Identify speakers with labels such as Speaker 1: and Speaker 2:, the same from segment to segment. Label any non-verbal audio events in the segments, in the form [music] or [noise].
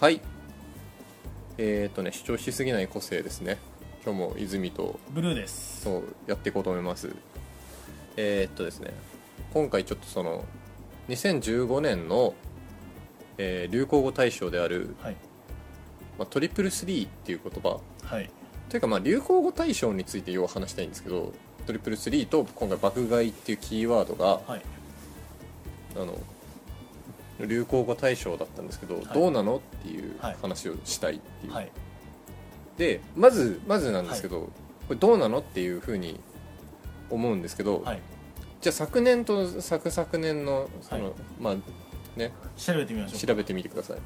Speaker 1: はいえっ、とね主張しすぎない個性ですね今日も泉と
Speaker 2: ブルーです
Speaker 1: そうやっていこうと思いますえーっとですね今回ちょっとその2015年の、えー流行語大賞である、
Speaker 2: はい
Speaker 1: まあ、トリプルスリーっていう言葉
Speaker 2: はい
Speaker 1: というかまあ流行語大賞について要は話したいんですけどトリプルスリーと今回爆買いっていうキーワードが
Speaker 2: はい
Speaker 1: あの流行語大賞だったんですけど、
Speaker 2: い
Speaker 1: どうなのっていう
Speaker 2: はい
Speaker 1: 話をしたいっていう、
Speaker 2: はい
Speaker 1: でまずまずなんですけど、これどうなのっていうふうに思うんですけど、
Speaker 2: はい
Speaker 1: じゃあ昨年と昨昨年のその、
Speaker 2: はい
Speaker 1: まあね
Speaker 2: 調べてみましょう
Speaker 1: 調べてみてください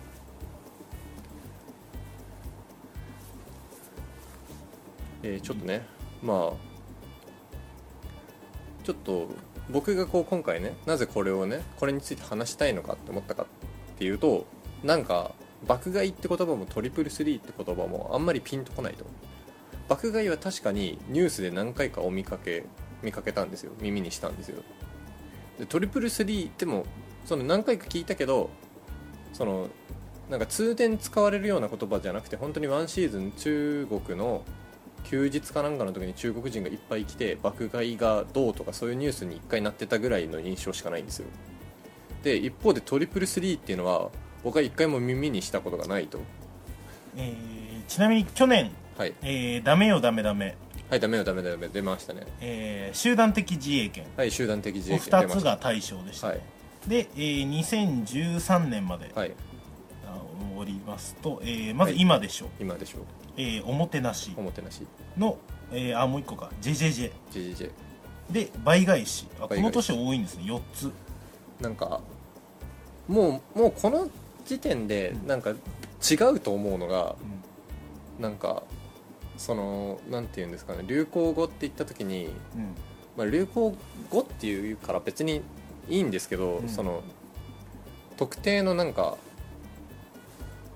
Speaker 1: えーちょっとねまあちょっと僕がこう今回ねなぜこれをねこれについて話したいのかって思ったかっていうとなんか爆買いって言葉もトリプルスリーって言葉もあんまりピンとこないと爆買いは確かにニュースで何回かお見かけ見かけたんですよ耳にしたんですよでトリプルスリーってもその何回か聞いたけどそのなんか通年使われるような言葉じゃなくて本当にワンシーズン中国の休日かなんかの時に中国人がいっぱい来て爆買いがどうとかそういうニュースに1回なってたぐらいの印象しかないんですよで一方でトリプルスリーっていうのは僕は1回も耳にしたことがないと
Speaker 2: えーちなみに去年、
Speaker 1: はい
Speaker 2: えーダメよダメダメ、
Speaker 1: はいダメよダメだよ出ましたね
Speaker 2: えー集団的自衛権
Speaker 1: はい集団的自
Speaker 2: を
Speaker 1: 衛権出
Speaker 2: 2
Speaker 1: まし
Speaker 2: つ
Speaker 1: た
Speaker 2: が対象でした、
Speaker 1: はい
Speaker 2: で、えー2013年まで
Speaker 1: はい
Speaker 2: あおりますと、えーまず今でしょう、
Speaker 1: 今でしょう
Speaker 2: えーおもてなし
Speaker 1: おもてなし
Speaker 2: の、えーあもう1個か JJJ
Speaker 1: JJJ
Speaker 2: で倍返しあ
Speaker 1: 倍返
Speaker 2: こ
Speaker 1: し
Speaker 2: の年多いんですね4つ
Speaker 1: なんかもうもうこの時点でなんか違うと思うのが
Speaker 2: うん
Speaker 1: なんかそのなんていうんですかね流行語って言った時に、
Speaker 2: うん
Speaker 1: まあ、流行語っていうから別にいいんですけど、
Speaker 2: うん
Speaker 1: その特定のなんか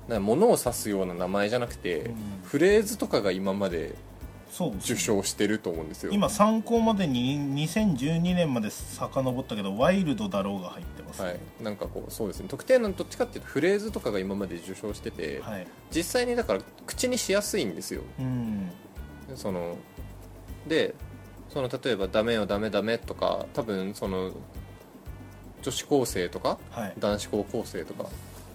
Speaker 1: なんか物を指すような名前じゃなくて、
Speaker 2: うん
Speaker 1: フレーズとかが今まで
Speaker 2: そうです
Speaker 1: 受
Speaker 2: ね
Speaker 1: 賞してると思うんですよ
Speaker 2: 今参考までに2012年まで遡ったけどワイルドだろうが入ってます
Speaker 1: はい、なんかこうそうですね特定のどっちかっていうとフレーズとかが今まで受賞してて、
Speaker 2: はい、
Speaker 1: 実際にだから口にしやすいんですよ
Speaker 2: うん
Speaker 1: そのでその例えば「ダメよダメダメ」とか多分その女子高生とか
Speaker 2: はい
Speaker 1: 男子高校生とか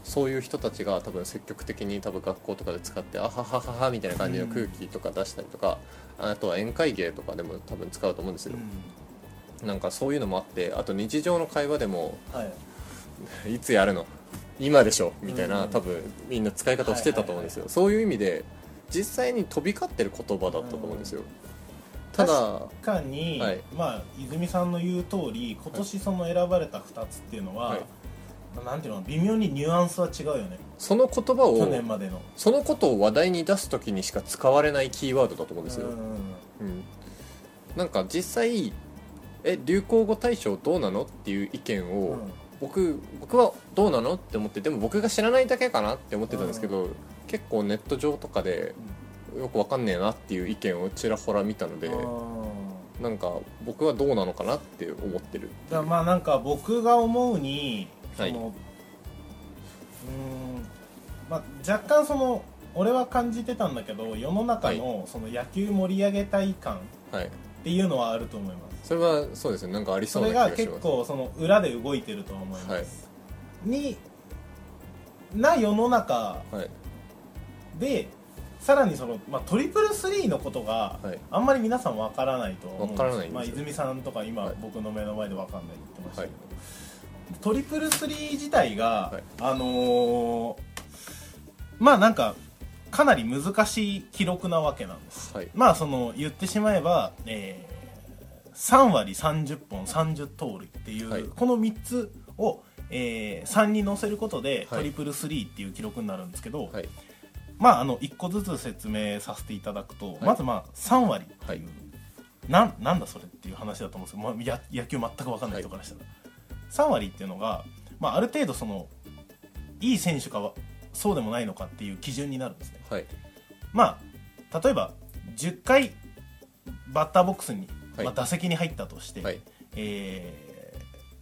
Speaker 1: そういう人たちが多分積極的に多分学校とかで使って「あはははは」みたいな感じの空気とか出したりとか、あとは宴会芸とかでも多分使うと思うんです
Speaker 2: う
Speaker 1: よ、
Speaker 2: ん
Speaker 1: なんかそういうのもあってあと日常の会話でも
Speaker 2: は
Speaker 1: 「
Speaker 2: い
Speaker 1: いつやるの今でしょ」みたいな、
Speaker 2: うん
Speaker 1: 多分みんな使い方をしてたと思うんですよ、そういう意味で実際に飛び交ってる言葉だったと思うんですよ、ただ
Speaker 2: 確かに、
Speaker 1: はい
Speaker 2: まあ泉さんの言う通り今年その選ばれた2つっていうのは、
Speaker 1: はい
Speaker 2: なんていうの微妙にニュアンスは違うよね
Speaker 1: その言葉
Speaker 2: 去
Speaker 1: を
Speaker 2: 年までの
Speaker 1: そのことを話題に出す時にしか使われないキーワードだと思うんですよ、
Speaker 2: うん
Speaker 1: うんなんか実際え流行語大賞どうなのっていう意見を、
Speaker 2: うん
Speaker 1: 僕僕はどうなのって思ってでも僕が知らないだけかなって思ってたんですけど、結構ネット上とかでよくわかんねえなっていう意見をちらほら見たので、
Speaker 2: うん
Speaker 1: なんか僕はどうなのかなって思ってる
Speaker 2: だからまあなんか僕が思うにそ
Speaker 1: はい
Speaker 2: の、うーんまあ、若干その俺は感じてたんだけど世の中のその野球盛り上げたい感っ
Speaker 1: はい
Speaker 2: ていうのはあると思います
Speaker 1: それはそうですねなんかありそ
Speaker 2: そう
Speaker 1: な
Speaker 2: れ
Speaker 1: 気がしま
Speaker 2: が
Speaker 1: す
Speaker 2: 結構その裏で動いてると思います、
Speaker 1: はい
Speaker 2: にな世の中
Speaker 1: はい
Speaker 2: でさらにその、まあ、トリプルスリーのことが
Speaker 1: はい
Speaker 2: あんまり皆さんわからないと思うんです
Speaker 1: わからないんですよ
Speaker 2: まあ、泉さんとか今、
Speaker 1: はい
Speaker 2: 僕の目の前でわかんないって言ってましたけど、トリプルスリー自体が、
Speaker 1: はい
Speaker 2: あのーまあなんかかなり難しい記録なわけなんです
Speaker 1: はい
Speaker 2: まあその言ってしまえば、えー3割30本30盗塁っていう、
Speaker 1: はい
Speaker 2: この3つを、え3に乗せることで、
Speaker 1: はい
Speaker 2: トリプルスリーっていう記録になるんですけど、
Speaker 1: はい
Speaker 2: まあ、あの1個ずつ説明させていただくと、
Speaker 1: い
Speaker 2: まずまあ3割っていう、
Speaker 1: はい
Speaker 2: なんなんだそれっていう話だと思うんですけど、まあ、や野球全く分かんない人からしたら、3割っていうのが、まあ、ある程度そのいい選手かはそうでもないのかっていう基準になるんですね、
Speaker 1: はい
Speaker 2: まあ、例えば10回バッターボックスに、
Speaker 1: はい
Speaker 2: まあ、打席に入ったとして、
Speaker 1: はい
Speaker 2: え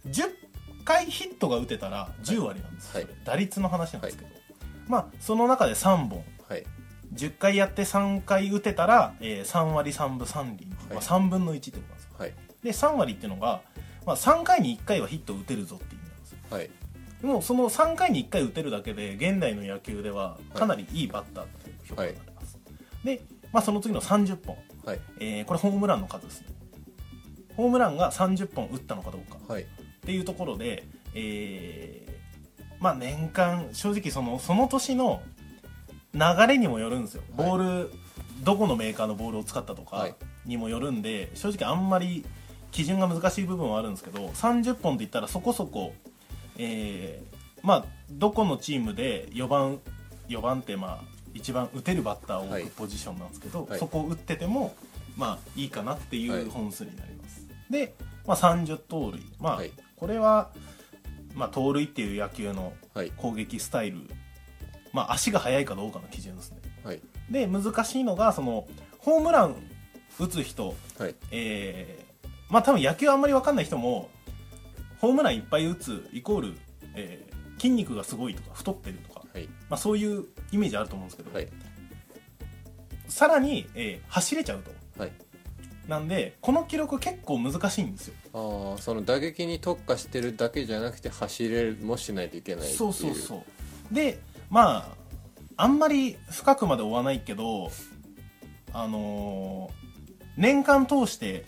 Speaker 2: ー10回ヒットが打てたら10割なんです、
Speaker 1: はい
Speaker 2: それ打率の話なんですけど、まあ、その中で3本
Speaker 1: はい
Speaker 2: 10回やって3回打てたら、えー3割3分3厘、まあ、
Speaker 1: はい
Speaker 2: 3分の1ってことなんですよ
Speaker 1: はい
Speaker 2: で3割っていうのが、まあ、3回に1回はヒット打てるぞっていう意味なんですよ
Speaker 1: はい
Speaker 2: でもその3回に1回打てるだけで現代の野球ではかなりいいバッターっていう評価になります、で、まあ、その次の30本、
Speaker 1: はい
Speaker 2: えーこれホームランの数ですねホームランが30本打ったのかどうか
Speaker 1: はい
Speaker 2: っていうところで、えーまあ年間正直そのその年の流れにもよるんですよ
Speaker 1: はい
Speaker 2: ボール、どこのメーカーのボールを使ったと
Speaker 1: は
Speaker 2: か
Speaker 1: い
Speaker 2: にもよるんで、正直あんまり基準が難しい部分はあるんですけど30本って言ったらそこそこ、えーまあどこのチームで4番4番ってまあ一番打てるバッターを
Speaker 1: は
Speaker 2: 置
Speaker 1: い
Speaker 2: くポジションなんですけど、
Speaker 1: はい
Speaker 2: そこを打っててもまあいいかなってい
Speaker 1: はいう
Speaker 2: 本数になります、で、まあ、30盗塁まあ、
Speaker 1: はい
Speaker 2: これは、まあ、盗塁っていう野球の
Speaker 1: はい
Speaker 2: 攻撃スタイル、まあ、足が速いかどうかの基準ですね
Speaker 1: はい
Speaker 2: で難しいのがそのホームラン打つ人、
Speaker 1: はい
Speaker 2: えーまあ多分野球あんまり分かんない人もホームランいっぱい打つイコール、えー筋肉がすごいとか太ってるとか、
Speaker 1: はい
Speaker 2: まあ、そういうイメージあると思うんですけど、
Speaker 1: はい
Speaker 2: さらに、えー走れちゃうと
Speaker 1: はい
Speaker 2: なんでこの記録結構難しいんですよ
Speaker 1: ああその打撃に特化してるだけじゃなくて走れもしないといけないっていう
Speaker 2: そうそうそうでまああんまり深くまで追わないけどあのー年間通して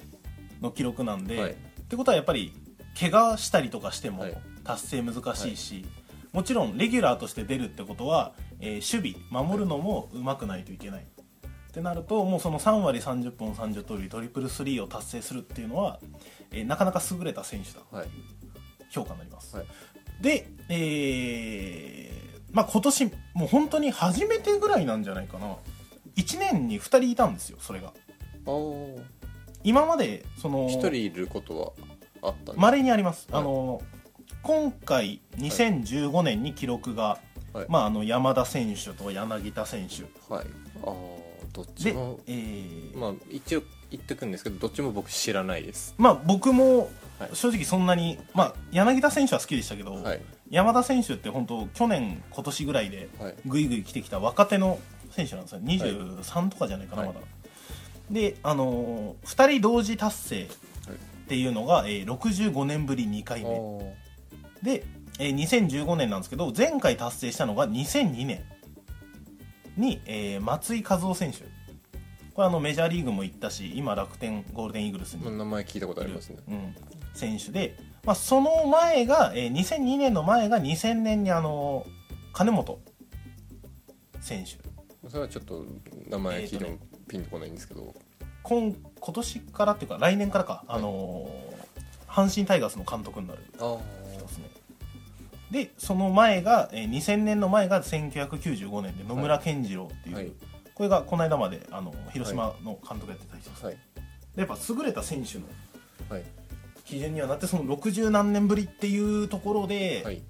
Speaker 2: の記録なんで、
Speaker 1: はい
Speaker 2: ってことはやっぱり怪我したりとかしても
Speaker 1: はい
Speaker 2: 達成難しいし、もちろんレギュラーとして出るってことは、えー守備守るのもうまくないといけない、ってなるともうその3割30本30盗塁トリプルスリーを達成するっていうのは、えーなかなか優れた選手だ
Speaker 1: はい
Speaker 2: 評価になります、
Speaker 1: はい
Speaker 2: で、えーまあ、今年もう本当に初めてぐらいなんじゃないかな1年に2人いたんですよそれが
Speaker 1: ああ
Speaker 2: 今までその
Speaker 1: 一人いることはあったんで
Speaker 2: まれにあります、
Speaker 1: はい
Speaker 2: あの今回2015年に記録が、
Speaker 1: はい
Speaker 2: まあ、あの山田選手と柳田選手
Speaker 1: はいああどっち
Speaker 2: で
Speaker 1: も、
Speaker 2: えー
Speaker 1: まあ一応言ってくんですけどどっちも僕知らないです
Speaker 2: まあ、僕も
Speaker 1: はい
Speaker 2: 正直そんなに、まあ、柳田選手は好きでしたけど、
Speaker 1: はい
Speaker 2: 山田選手って本当去年今年ぐらいで
Speaker 1: はい
Speaker 2: ぐいぐい来てきた若手の選手なんですよ23とかじゃないかな
Speaker 1: はい
Speaker 2: まだ、であのー、2人同時達成っていうのが、えー65年ぶり2
Speaker 1: あ
Speaker 2: 回目
Speaker 1: ー
Speaker 2: で、えー2015年なんですけど前回達成したのが2002年に、えー松井和夫選手これあのメジャーリーグも行ったし今楽天ゴールデンイーグルスに
Speaker 1: まあ名前聞いたことありますね
Speaker 2: うん、選手で、まあ、その前が、えー2002年の前が2000年にあの金本選手
Speaker 1: それはちょっと名前聞いてもピンとこないんですけど、
Speaker 2: 今今年からっていうか来年からか、あのー阪神タイガースの監督になる
Speaker 1: あ
Speaker 2: 人ですねでその前が、えー2000年の前が1995年で野村健次郎っていう、
Speaker 1: はい
Speaker 2: これがこの間まであの広島の監督やってた人です、
Speaker 1: あはい
Speaker 2: でやっぱ優れた選手の
Speaker 1: はい
Speaker 2: 基準にはなってその60何年ぶりっていうところで、
Speaker 1: はい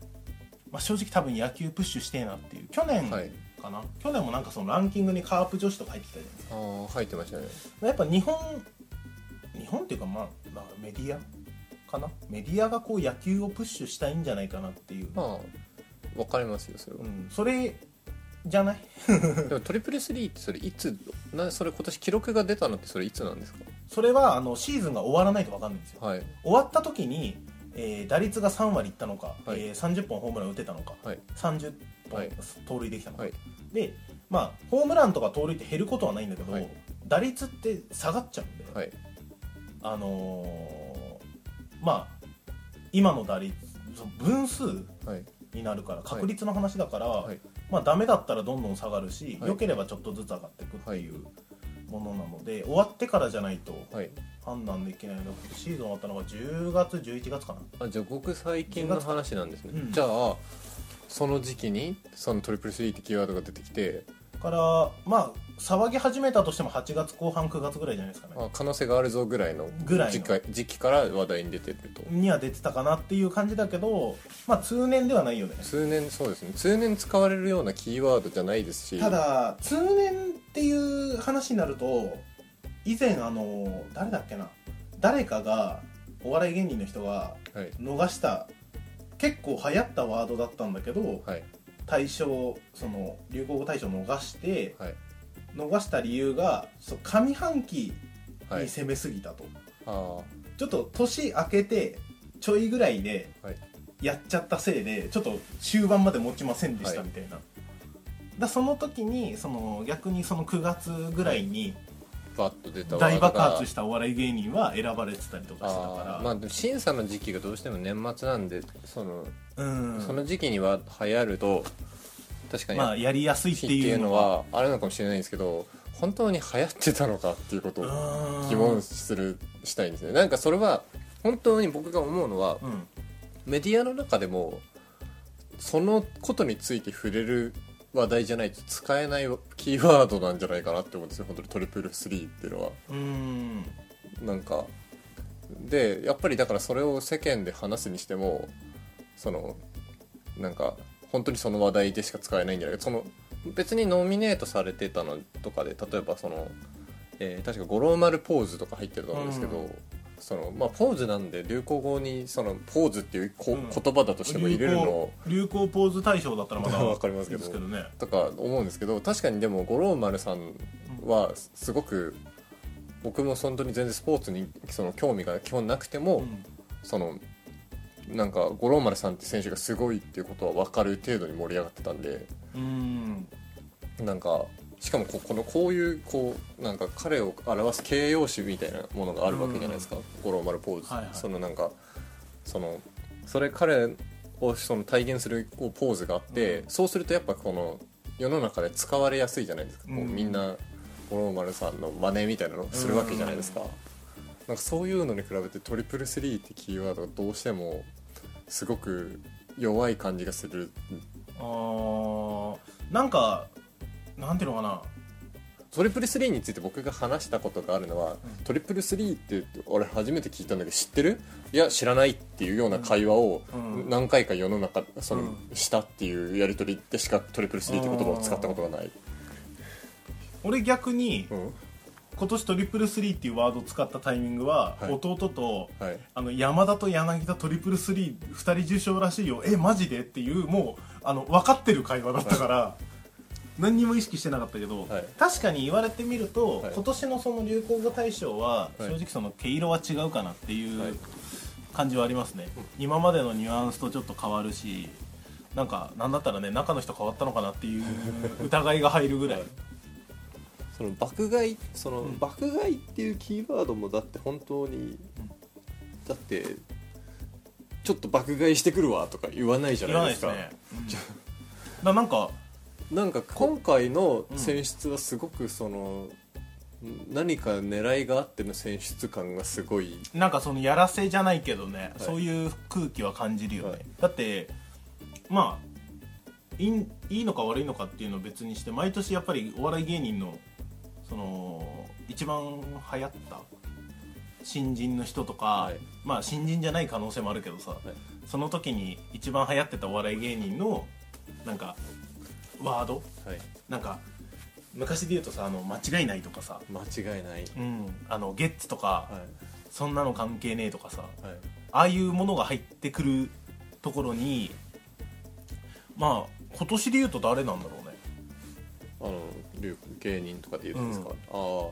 Speaker 2: まあ、正直多分野球プッシュしてえなっていう去年か
Speaker 1: はい
Speaker 2: な、去年もなんかそのランキングにカープ女子とか入ってきたじゃないです
Speaker 1: ああ入ってましたね
Speaker 2: かやっぱ日本日本っていうかまあ、まあ、メディアかなメディアがこう野球をプッシュしたいんじゃないかなっていう、
Speaker 1: まあわかりますよそれは
Speaker 2: うん、それじゃない
Speaker 1: [laughs] でもトリプルスリーってそれいつなそれ今年記録が出たのってそれいつなんですか
Speaker 2: それはあのシーズンが終わらないと分かんないんですよ
Speaker 1: はい
Speaker 2: 終わった時に、えー打率が3割いったのか、
Speaker 1: はい
Speaker 2: えー30本ホームラン打てたのか、
Speaker 1: はい
Speaker 2: 30本、
Speaker 1: はい
Speaker 2: 盗塁できたのか、
Speaker 1: はい
Speaker 2: でまあホームランとか盗塁って減ることはないんだけど、
Speaker 1: はい
Speaker 2: 打率って下がっちゃうんで、
Speaker 1: はい
Speaker 2: あのーまあ今の打率その分数
Speaker 1: はい
Speaker 2: になるから確率の話だから、
Speaker 1: はい
Speaker 2: まあダメだったらどんどん下がるし、
Speaker 1: はい
Speaker 2: 良ければちょっとずつ上がっていくっていうものなので、終わってからじゃないと
Speaker 1: はい
Speaker 2: 判断できないのでシーズン終わったのが10月11月かな
Speaker 1: あじゃあごく最近の話なんですね、
Speaker 2: うん
Speaker 1: じゃあその時期にそのトリプルスリーってキーワードが出てきて、
Speaker 2: からまあ騒ぎ始めたとしても8月後半9月ぐらいじゃないですかね
Speaker 1: あ、可能性があるぞぐらいの
Speaker 2: ぐらいの
Speaker 1: 時期時期から話題に出てると、
Speaker 2: には出てたかなっていう感じだけどまあ通年ではないよね
Speaker 1: 通年そうですね通年使われるようなキーワードじゃないですした
Speaker 2: だ通年っていう話になると以前あの誰だっけな誰かがお笑い芸人の人が
Speaker 1: はい
Speaker 2: 逃した結構流行ったワードだったんだけど
Speaker 1: はい
Speaker 2: 対象その流行語大賞を逃して、
Speaker 1: はい
Speaker 2: 逃した理由がそう上半期
Speaker 1: は
Speaker 2: に
Speaker 1: い
Speaker 2: 攻めすぎたと、
Speaker 1: あー
Speaker 2: ちょっと年明けてちょいぐらいで
Speaker 1: はい
Speaker 2: やっちゃったせいでちょっと終盤まで持ちませんでした
Speaker 1: はい
Speaker 2: みたいな、だその時にその逆にその9月ぐらいに
Speaker 1: バッと出たワー
Speaker 2: 大
Speaker 1: ドが
Speaker 2: 爆発したお笑い芸人は選ばれてたりとかしてた
Speaker 1: あ
Speaker 2: か
Speaker 1: ーま
Speaker 2: ら
Speaker 1: あでも審査の時期がどうしても年末なんでその,、
Speaker 2: うん
Speaker 1: その時期には流行ると確かに
Speaker 2: まあやりやすいって
Speaker 1: ってい
Speaker 2: いうう
Speaker 1: の
Speaker 2: のは
Speaker 1: はあれなのかもしれないんですけど本当に流行ってたのかっていうことを
Speaker 2: うん
Speaker 1: 疑問するしたいんですねなんかそれは本当に僕が思うのは
Speaker 2: うん
Speaker 1: メディアの中でもそのことについて触れる話題じゃないと使えないキーワードなんじゃないかなって思うんですよ本当にトリプルスリーっていうのは
Speaker 2: うん
Speaker 1: なんかでやっぱりだからそれを世間で話すにしてもそのなんか本当にその話題でしか使えないんじゃないかその別にノミネートされてたのとかで例えばその、えー確か五郎丸ポーズとか入ってると思うんですけど、
Speaker 2: う
Speaker 1: そのまあ、ポーズなんで流行語にそのポーズっていうこ、
Speaker 2: うん
Speaker 1: 言葉だとしても入れるの
Speaker 2: 流行流行ポーズ大賞だったらま
Speaker 1: [laughs]
Speaker 2: だ
Speaker 1: わかりますけど
Speaker 2: いいですけどね
Speaker 1: とか思うんですけど確かにでも五郎丸さんはすごく僕も本当に全然スポーツにその興味が基本なくても、
Speaker 2: うん
Speaker 1: そのなんか五郎丸さんって選手がすごいっていうことは分かる程度に盛り上がってたんで
Speaker 2: うん
Speaker 1: なんかしかもここのこういうこうなんか彼を表す形容詞みたいなものがあるわけじゃないですか、五郎丸ポーズ、
Speaker 2: はいはい
Speaker 1: そのなんかそのそれ彼をその体現するこうポーズがあって、
Speaker 2: うん
Speaker 1: そうするとやっぱこの世の中で使われやすいじゃないですか、こう
Speaker 2: うん
Speaker 1: みんな五郎丸さんの真似みたいなのをするわけじゃないですか、なんかそういうのに比べてトリプルスリーってキーワードがどうしてもすごく弱い感じがする
Speaker 2: あーなんかなんていうのかな
Speaker 1: トリプルスリーについて僕が話したことがあるのは、
Speaker 2: うん
Speaker 1: トリプルスリーって俺初めて聞いたんだけど知ってるいや知らないっていうような会話を
Speaker 2: うん
Speaker 1: 何回か世の中その、
Speaker 2: うん
Speaker 1: したっていうやり取りでしかトリプルスリーって言葉を使ったことがない、
Speaker 2: 俺逆に
Speaker 1: うん
Speaker 2: 今年トリプルスリーっていうワードを使ったタイミングは、
Speaker 1: はい
Speaker 2: 弟と
Speaker 1: はい、
Speaker 2: あの山田と柳田トリプルスリー2人受賞らしいよえマジでっていうもうあの分かってる会話だったから、何にも意識してなかったけど、
Speaker 1: はい
Speaker 2: 確かに言われてみると、
Speaker 1: はい
Speaker 2: 今年のその流行語大賞は、
Speaker 1: はい
Speaker 2: 正直その毛色は違うかなってい
Speaker 1: はいう
Speaker 2: 感じはありますね、今までのニュアンスとちょっと変わるしなんかなんだったらね中の人変わったのかなっていう疑いが入るぐらい、
Speaker 1: はいその爆買いその、
Speaker 2: うん
Speaker 1: 爆買いっていうキーワードもだって本当に
Speaker 2: ん
Speaker 1: だってちょっと爆買いしてくるわとか言わないじゃ
Speaker 2: 言わ
Speaker 1: ない
Speaker 2: ない
Speaker 1: で
Speaker 2: ですす
Speaker 1: か
Speaker 2: ね、うんだなんか
Speaker 1: なんか今回の選出はすごくその、何か狙いがあっての選出感がすごい
Speaker 2: なんかそのやらせじゃないけどね、
Speaker 1: い
Speaker 2: そういう空気は感じるよね、
Speaker 1: はい
Speaker 2: だってまあいいいいのか悪いのかっていうのを別にして毎年やっぱりお笑い芸人のその一番流行った新人の人とか、
Speaker 1: はい
Speaker 2: まあ新人じゃない可能性もあるけどさ、
Speaker 1: い
Speaker 2: その時に一番流行ってたお笑い芸人のなんかワード
Speaker 1: はい
Speaker 2: なんか昔で言うとさあの間違いないとかさ、
Speaker 1: 間違いない
Speaker 2: うん、あのゲッツとか、
Speaker 1: は
Speaker 2: そんなの関係ねえとかさ、
Speaker 1: いはい
Speaker 2: ああいうものが入ってくるところにまあ今年で言うと誰なんだろうね
Speaker 1: あの流芸人とかで言うんですか、
Speaker 2: うん
Speaker 1: あ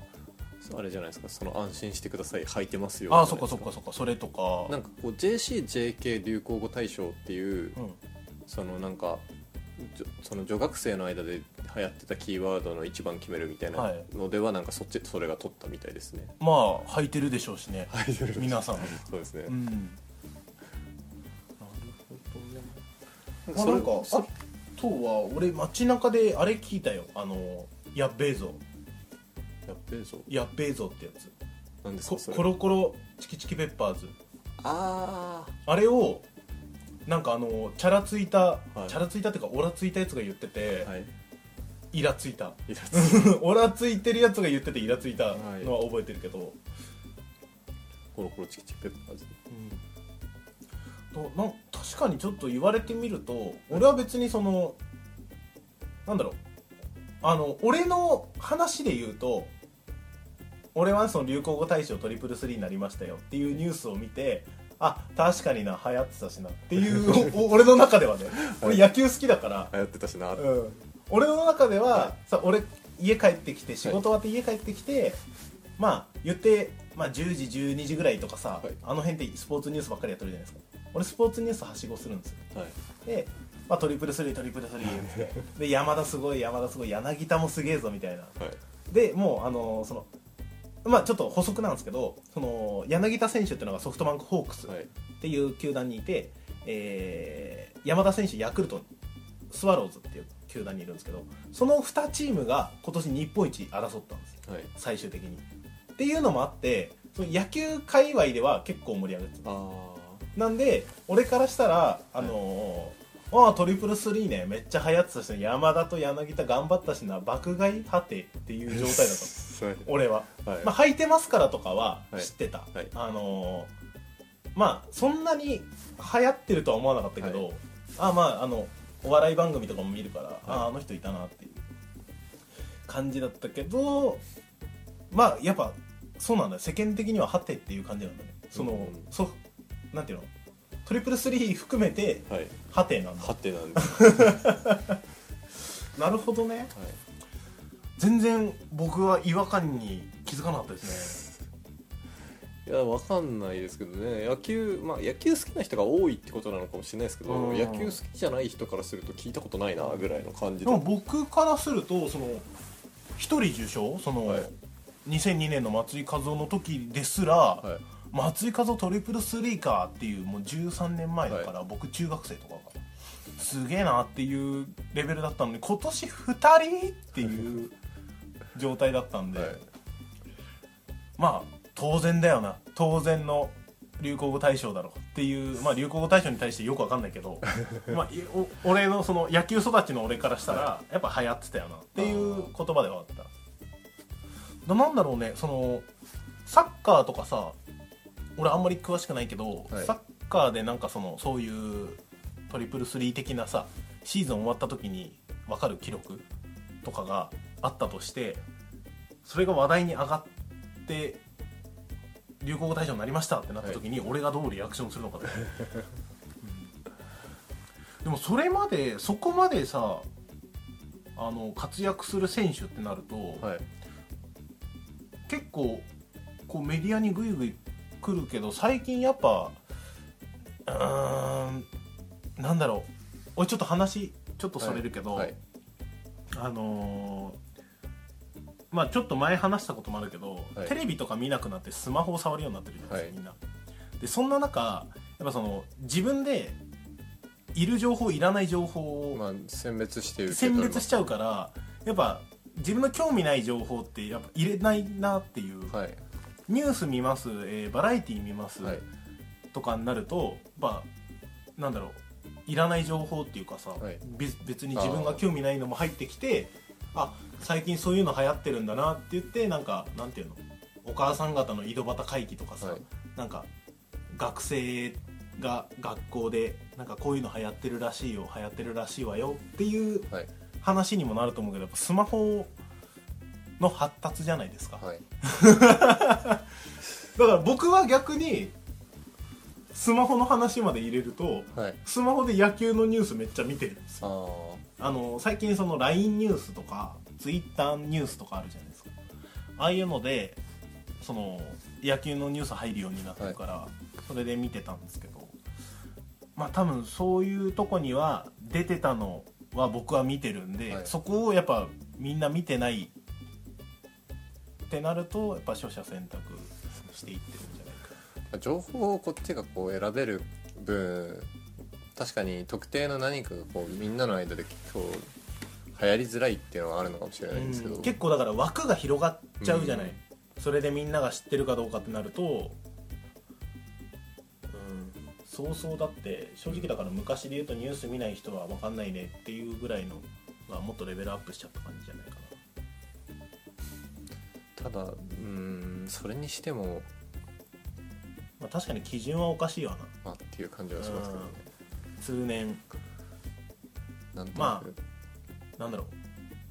Speaker 1: ああれじゃないですかその安心してください履いてますよ
Speaker 2: ああそっかそっ
Speaker 1: じゃな
Speaker 2: か
Speaker 1: いです
Speaker 2: そっかそれとか
Speaker 1: なんかこう JCJK 流行語大賞っていう、
Speaker 2: うん
Speaker 1: そのなんかじょその女学生の間で流行ってたキーワードの一番決めるみたい
Speaker 2: は
Speaker 1: ないのでは、なんかそっちそれが取ったみたいですね
Speaker 2: まあ履いてるでしょうしね
Speaker 1: はいそう
Speaker 2: 皆さん
Speaker 1: ですね、
Speaker 2: うんまあ
Speaker 1: それ
Speaker 2: なんかあとは俺街中であれ聞いたよあのやっべえぞ
Speaker 1: やっべえぞ
Speaker 2: やっべえぞってやつ
Speaker 1: なんです
Speaker 2: こ
Speaker 1: かそれ
Speaker 2: コロコロチキチキペッパーズ
Speaker 1: あ
Speaker 2: あれをなんかあのチャラついた、
Speaker 1: はい
Speaker 2: チャラついたっていうかオラついたやつが言ってて、
Speaker 1: あはい
Speaker 2: イラついた [laughs]
Speaker 1: イラつ
Speaker 2: オラついてるやつが言っててイラついたのは覚えてるけど、
Speaker 1: コロコロチキチキペッパーズ
Speaker 2: となん確かにちょっと言われてみると俺は別にそのなんだろうあの俺の話で言うと俺はその流行語大賞トリプルスリーになりましたよっていうニュースを見てあ確かにな流行ってたしなって [laughs] いうおお俺の中ではね俺野球好きだから、
Speaker 1: 流行ってたしな、
Speaker 2: うん、俺の中では、
Speaker 1: は
Speaker 2: さ俺家帰ってきて仕事終わって家帰ってきて、まあ言って、まあ、10時12時ぐらいとかさ、
Speaker 1: はい
Speaker 2: あの辺ってスポーツニュースばっかりやってるじゃないですか俺スポーツニュースはしごするんですよ
Speaker 1: はい、
Speaker 2: で、まあ、トリプルスリートリプルスリーっつって
Speaker 1: [laughs]
Speaker 2: で山田すごい山田すごい柳田もすげえぞみたいな
Speaker 1: はい、
Speaker 2: でもうあのそのまあちょっと補足なんですけどその柳田選手っていうのがソフトバンクホークス
Speaker 1: はい、
Speaker 2: っていう球団にいて、えー山田選手ヤクルトスワローズっていう球団にいるんですけどその2チームが今年日本一争ったんですよ
Speaker 1: はい、
Speaker 2: 最終的にっていうのもあってその野球界隈では結構盛り上がってた
Speaker 1: ああ、 [laughs]
Speaker 2: なんで俺からしたらあのーああトリプルスリーねめっちゃ流行ってたしね山田と柳田頑張ったしな爆買い果てっていう状態だったん
Speaker 1: [laughs]
Speaker 2: です
Speaker 1: そう
Speaker 2: 俺は
Speaker 1: はい、
Speaker 2: まあ、履いてますからとかは
Speaker 1: はい
Speaker 2: 知ってた、
Speaker 1: はい
Speaker 2: あのーまあそんなに流行ってるとは思わなかったけど、
Speaker 1: は
Speaker 2: あまああのお笑い番組とかも見るから、ああの人いたなっていう感じだったけどまあやっぱそうなんだよ世間的にはハテっていう感じなんだねその、
Speaker 1: うん
Speaker 2: そなんていうのトリプルスリー含めて
Speaker 1: はい、
Speaker 2: ハテなんだ
Speaker 1: はてなんです、
Speaker 2: なるほどね
Speaker 1: はい、
Speaker 2: 全然僕は違和感に気づかなかったですね
Speaker 1: いやわかんないですけどね野球まあ野球好きな人が多いってことなのかもしれないですけど
Speaker 2: うん
Speaker 1: 野球好きじゃない人からすると聞いたことないなぐらいの感じ
Speaker 2: で
Speaker 1: で
Speaker 2: も僕からするとその一人受賞その、
Speaker 1: はい
Speaker 2: 2002年の松井一夫の時ですら、
Speaker 1: は
Speaker 2: 松井一夫トリプルスリーかっていうもう13年前だから、僕中学生とかがすげえなっていうレベルだったのに今年2人っていう状態だったん
Speaker 1: い、
Speaker 2: で、
Speaker 1: はい、
Speaker 2: まあ当然だよな当然の流行語大賞だろうっていう、まあ、流行語大賞に対してよくわかんない
Speaker 1: [laughs]
Speaker 2: けど、まあ、いお俺のその野球育ちの俺からしたら、やっぱ流行ってたよなっていう言葉ではあったななんだろうねそのサッカーとかさ俺あんまり詳しくないけど、
Speaker 1: はい
Speaker 2: サッカーでなんかそのそういうトリプルスリー的なさシーズン終わった時に分かる記録とかがあったとしてそれが話題に上がって流行語大賞になりましたってなった時に、俺がどうリアクションするのかとうんでもそれまでそこまでさあの活躍する選手ってなると、
Speaker 1: はい、
Speaker 2: 結構こうメディアにグイグイ来るけど最近やっぱうーんなんだろう俺ちょっと話ちょっとそれるけど、
Speaker 1: はい
Speaker 2: あのーまあちょっと前話したこともあるけど、
Speaker 1: はい
Speaker 2: テレビとか見なくなってスマホを触るようになってるじゃないで
Speaker 1: は
Speaker 2: すか、
Speaker 1: い
Speaker 2: みんなでそんな中やっぱその自分でいる情報いらない情報を
Speaker 1: まあ選別して受け取
Speaker 2: 選
Speaker 1: る
Speaker 2: 別しちゃうからやっぱ自分の興味ない情報ってやっぱ入れないなっていう、
Speaker 1: はい
Speaker 2: ニュース見ます、えーバラエティ見ます、
Speaker 1: はい
Speaker 2: とかになるとまあなんだろういらない情報っていうかさ、
Speaker 1: はい
Speaker 2: べ別に自分が興味ないのも入ってきてあ最近そういうの流行ってるんだなって言ってなんかなんていうのお母さん方の井戸端会議とかさ、
Speaker 1: はい
Speaker 2: なんか学生が学校でなんかこういうの流行ってるらしいよ流行ってるらしいわよっていう
Speaker 1: はい
Speaker 2: 話にもなると思うけどやっぱスマホの発達じゃないですか、
Speaker 1: はい
Speaker 2: だから僕は逆にスマホの話まで入れると
Speaker 1: はい
Speaker 2: スマホで野球のニュースめっちゃ見てるんですよ
Speaker 1: あー
Speaker 2: あの最近その LINE ニュースとか Twitter ニュースとかあるじゃないですかああいうのでその野球のニュース入るようになってるから、それで見てたんですけどまあ多分そういうとこには出てたのは僕は見てるんで、
Speaker 1: はい
Speaker 2: そこをやっぱみんな見てないってなるとやっぱ取捨選択していってるんじゃないか
Speaker 1: 情報をこっちがこう選べる分確かに特定の何かがこうみんなの間でこう流行りづらいっていうのはあるのかもしれないんですけど、
Speaker 2: うん結構だから枠が広がっちゃうじゃない、
Speaker 1: うん
Speaker 2: それでみんなが知ってるかどうかってなると、うん、そうそうだって正直だから昔で言うとニュース見ない人は分かんないねっていうぐらいのがもっとレベルアップしちゃった感じじゃないか
Speaker 1: ただうーんそれにしても
Speaker 2: な、まあ、確かに基準はおかしいわな
Speaker 1: まあっていう感じはしますけどね、
Speaker 2: 通年
Speaker 1: なんとなく、
Speaker 2: まなんだろ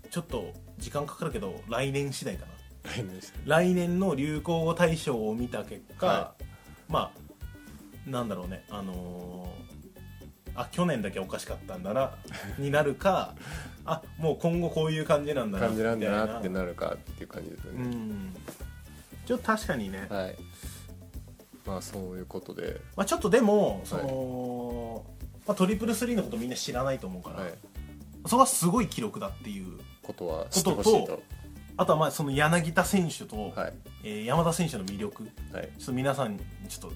Speaker 2: うちょっと時間かかるけど来年次第かな
Speaker 1: 来年ですね
Speaker 2: 来年の流行語大賞を見た結果、
Speaker 1: は
Speaker 2: まあなんだろうねあのーあ去年だけおかしかったん
Speaker 1: [laughs]
Speaker 2: だなになるかあもう今後こういう感じなんだ
Speaker 1: [laughs]
Speaker 2: な
Speaker 1: 感じなんだなって
Speaker 2: みたい
Speaker 1: なるかっていう感じですよ
Speaker 2: う
Speaker 1: ね、
Speaker 2: んちょっと確かにね、
Speaker 1: はいまあそういうことで
Speaker 2: まあ、ちょっとでもその、まあ、トリプルスリーのことみんな知らないと思うから、
Speaker 1: はい
Speaker 2: そこはすごい記録だっていう
Speaker 1: ことは知ってほしいと
Speaker 2: あとはまあその柳田選手と、
Speaker 1: はい
Speaker 2: えー山田選手の魅力ちょ
Speaker 1: はい
Speaker 2: っと皆さんにちょっと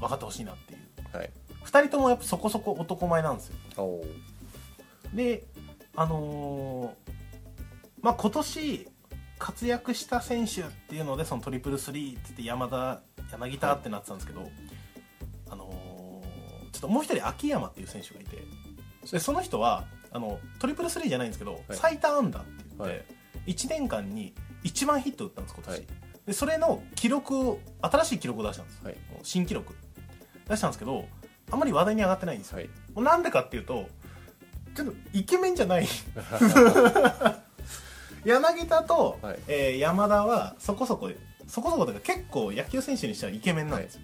Speaker 2: 分かってほしいなっていう
Speaker 1: はい
Speaker 2: 2人ともやっぱそこそこ男前なんですよ
Speaker 1: おー
Speaker 2: であのーまあ今年活躍した選手っていうのでそのトリプルスリーって言って山田柳田ってなってたんですけど、あのーちょっともう一人秋山っていう選手がいてでその人はあのトリプルスリーじゃないんですけど、
Speaker 1: い
Speaker 2: 最多安打って言っ
Speaker 1: は
Speaker 2: て、
Speaker 1: い
Speaker 2: 1年間に1万ヒット打ったんです今年、
Speaker 1: はい
Speaker 2: でそれの記録を新しい記録を出したんです、
Speaker 1: はい
Speaker 2: 新記録出したんですけどあんまり話題に上がってないんですよ
Speaker 1: はい
Speaker 2: もうなんでかっていうとちょっとイケメンじゃない
Speaker 1: [laughs]
Speaker 2: 柳田と、
Speaker 1: はい
Speaker 2: えー山田はそこそこそこそこというか結構野球選手にしてはイケメンなんですよ、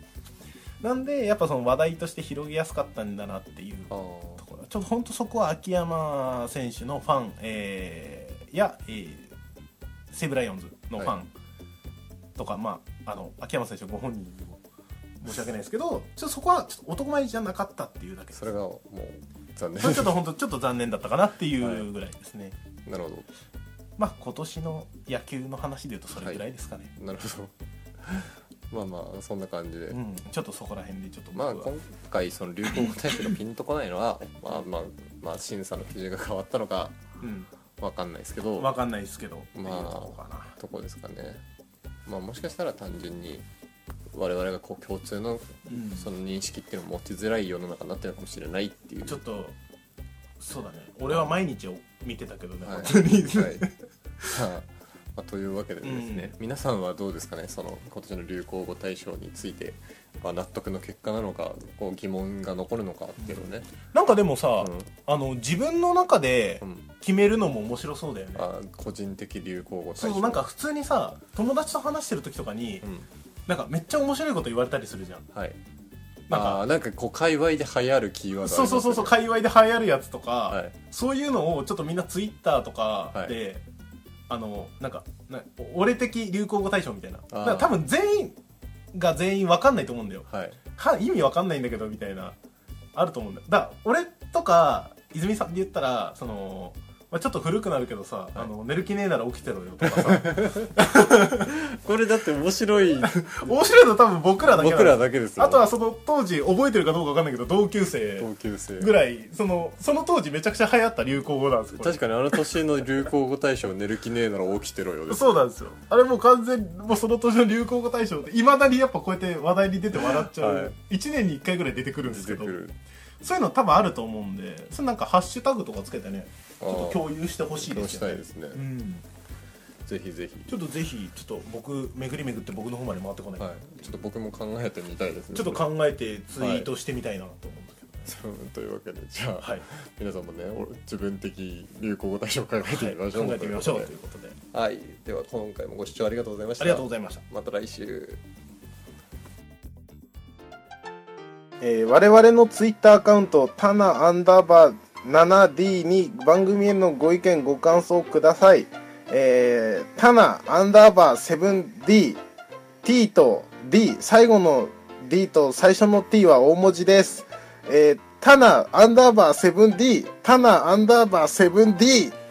Speaker 2: なんでやっぱその話題として広げやすかったんだなっていう
Speaker 1: あ
Speaker 2: と
Speaker 1: ー
Speaker 2: ころちょっと本当そこは秋山選手のファン、えーや、えー西武ライオンズのファ
Speaker 1: は
Speaker 2: ンとか、まああの秋山選手ご本人にも申し訳ないですけどちょっとそこはちょっと男前じゃなかったっていうだけです
Speaker 1: それがもう残
Speaker 2: [laughs]
Speaker 1: 念
Speaker 2: それちょっと本当ちょっと残念だったかなっていうぐらいですね、
Speaker 1: [laughs] なるほど
Speaker 2: まあ今年の野球の話でいうとそれぐらいですかね、
Speaker 1: なるほど [laughs] まあまあそんな感じで、
Speaker 2: うん、ちょっとそこら辺でちょっと僕
Speaker 1: ま
Speaker 2: は、
Speaker 1: あ今回その流行語大賞がピンとこないのは [laughs] まあまあまあ審査の基準が変わったのかわかんないですけ
Speaker 2: う
Speaker 1: ど
Speaker 2: ん、分かんないですけど、っていう
Speaker 1: まあ
Speaker 2: とこかな
Speaker 1: とこですかねまあもしかしたら単純に我々がこう共通の
Speaker 2: うん
Speaker 1: その認識っていうのを持ちづらい世の中になってるかもしれないっていう
Speaker 2: ちょっとそうだね俺は毎日を見てたけどね、
Speaker 1: はい
Speaker 2: 本当に、
Speaker 1: はい、さあまあ、というわけでですね、
Speaker 2: う
Speaker 1: 皆さんはどうですかねその今年の流行語大賞について、まあ、納得の結果なのかこう疑問が残るのかっていうのをね、
Speaker 2: [laughs] なんかでもさ、
Speaker 1: うん
Speaker 2: あの自分の中で
Speaker 1: うん
Speaker 2: 決めるのも面白そうだよね、
Speaker 1: あ個人的流行語大賞
Speaker 2: そうなんか普通にさ友達と話してる時とかに、
Speaker 1: うん
Speaker 2: なんかめっちゃ面白いこと言われたりするじゃん
Speaker 1: はい
Speaker 2: なん
Speaker 1: あ
Speaker 2: か
Speaker 1: あーなんかこう界隈で流行るキーワードありますよ
Speaker 2: そう
Speaker 1: ね
Speaker 2: そうそうそう界隈で流行るやつとか、
Speaker 1: はい
Speaker 2: そういうのをちょっとみんなツイッターとかで、あのなんかな俺的流行語大賞みたいな
Speaker 1: あー
Speaker 2: だから多分全員が全員わかんないと思うんだよ
Speaker 1: はい
Speaker 2: は意味わかんないんだけどみたいなあると思うんだよだから俺とか泉さんで言ったらその、まあ、ちょっと古くなるけどさ、あの寝る気ねえなら起きてろよとかさ [laughs]
Speaker 1: これだって面白い
Speaker 2: 面白いの多分僕らだけ
Speaker 1: [laughs]
Speaker 2: なん
Speaker 1: 僕
Speaker 2: で
Speaker 1: ら
Speaker 2: す
Speaker 1: だけですよ
Speaker 2: あとはその当時覚えてるかどうかわかんないけど同級生
Speaker 1: 同級生
Speaker 2: ぐらいそのその当時めちゃくちゃ流行った流行語なんですよこれ
Speaker 1: 確かにあの年の流行語大賞「寝る気ねえなら起きてろよ」です
Speaker 2: そうなんですよあれもう完全にもうその年の流行語大賞っていまだにやっぱこうやって話題に出て笑っちゃ
Speaker 1: は
Speaker 2: う、一1年に1回ぐらい出てくるんですけ
Speaker 1: 出て
Speaker 2: ど
Speaker 1: くる
Speaker 2: そういうの多分あると思うんでそれなんかハッシュタグとかつけてねち
Speaker 1: あ
Speaker 2: ょ
Speaker 1: ー
Speaker 2: っと共有してほしい
Speaker 1: 共
Speaker 2: で
Speaker 1: 有
Speaker 2: す
Speaker 1: し
Speaker 2: よ
Speaker 1: た
Speaker 2: ね
Speaker 1: いですね、
Speaker 2: うん
Speaker 1: ぜひぜひ
Speaker 2: ちょっとぜひちょっと僕巡り巡って僕の方まで回ってこない、
Speaker 1: はい、ちょっと僕も考えてみたいですね。
Speaker 2: ちょっと考えてツイートしてみたいなと思うんだけどね
Speaker 1: そう [laughs] というわけで、じゃあ、
Speaker 2: はい、
Speaker 1: 皆さんもね、お自分的流行語大賞を考えてみましょう、
Speaker 2: 考えてみましょう
Speaker 1: と
Speaker 2: と
Speaker 1: い
Speaker 2: いうう
Speaker 1: こ
Speaker 2: ことで
Speaker 1: とではい、では今回もご視聴ありがとうございました。
Speaker 2: ありがとうございました
Speaker 1: また来週。
Speaker 3: えー我々のツイッターアカウント、タナアンダーバー 7D に番組へのご意見、ご感想をください。えー、タナアンダーバー 7D、T と D、最後の D と最初の T は大文字です。えー、タナアンダーバー 7D、タナアンダーバー 7D